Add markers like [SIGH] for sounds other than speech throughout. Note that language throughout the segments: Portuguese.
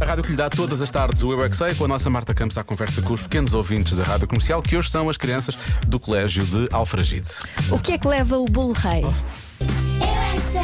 A rádio que lhe dá todas as tardes o Eu é que Sei, com a nossa Marta Campos à conversa com os pequenos ouvintes da rádio comercial, que hoje são as crianças do Colégio de Alfragide. O que é que leva o bolo rei? Eu é que sei,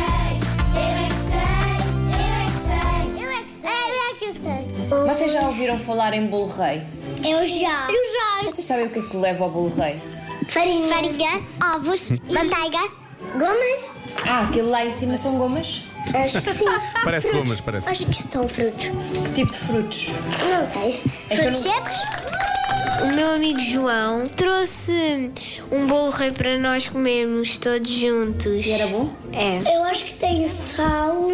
eu é que sei, eu é que sei, eu é que sei, eu é que sei, Vocês já ouviram falar em bolo rei? Eu já. Eu Vocês sabem o que é que leva ao bolo rei? já. Farinha, ovos, Hum. manteiga, gomas. Ah, aquilo lá em cima são gomas? Acho que sim. Parece gomas, parece. Acho que são frutos. Que tipo de frutos? Não sei. É que eu não- Frutos secos? O meu amigo João trouxe um bolo rei para nós comermos todos juntos. E era bom? É. Eu acho que tem sal,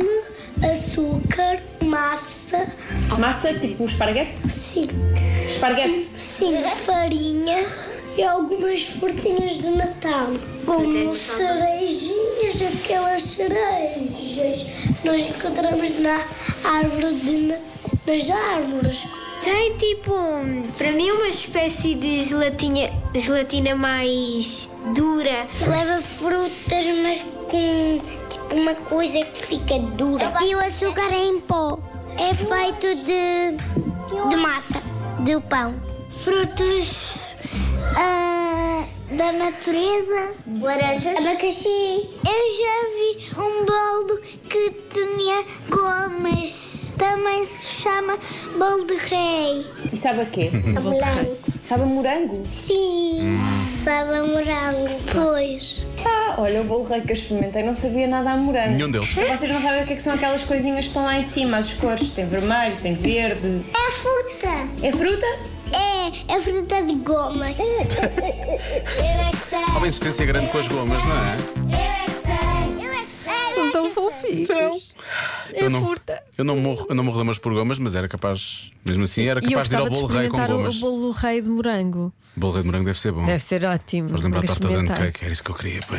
açúcar, massa. Massa, tipo um esparguete? Sim. Esparguete? Sim, farinha e algumas frutinhas do Natal. Como cerejinhas, aquelas cerejas. Nós encontramos na árvore de na- nas árvores. Tem tipo, para mim, uma espécie de gelatina, gelatina mais dura. Leva frutas, mas com tipo, uma coisa que fica dura. E o açúcar é em pó. É feito de, de massa, do pão. Frutos ah, da natureza. Laranjas. Abacaxi. Eu já vi um bolo que tinha gomas. Também se chama bolo de rei. E sabe a quê? Morango. [LAUGHS] Sabe a morango? Sim. Sabe a morango. Pois. Ah, olha, o bolo rei que eu experimentei não sabia nada a morango. Nenhum deles. Então Vocês não sabem o que é que são aquelas coisinhas que estão lá em cima, as cores. Tem vermelho, tem verde. É fruta. É fruta? É, é fruta de goma. [LAUGHS] Eu é que sei. Há uma insistência grande com as gomas, não é? Eu é que sei. Eu é que sei. São tão fofinhos. É não, furta. Eu não morro, eu não morro de amor por gomas, mas era capaz, mesmo assim, era E eu capaz de ir ao gostava de bolo rei com experimentar o, gomas. o bolo rei de morango. Bolo rei de morango deve ser bom. Deve ser ótimo. Mas lembrar Nunca torta de experimentei. cake, era isso que eu queria, pois.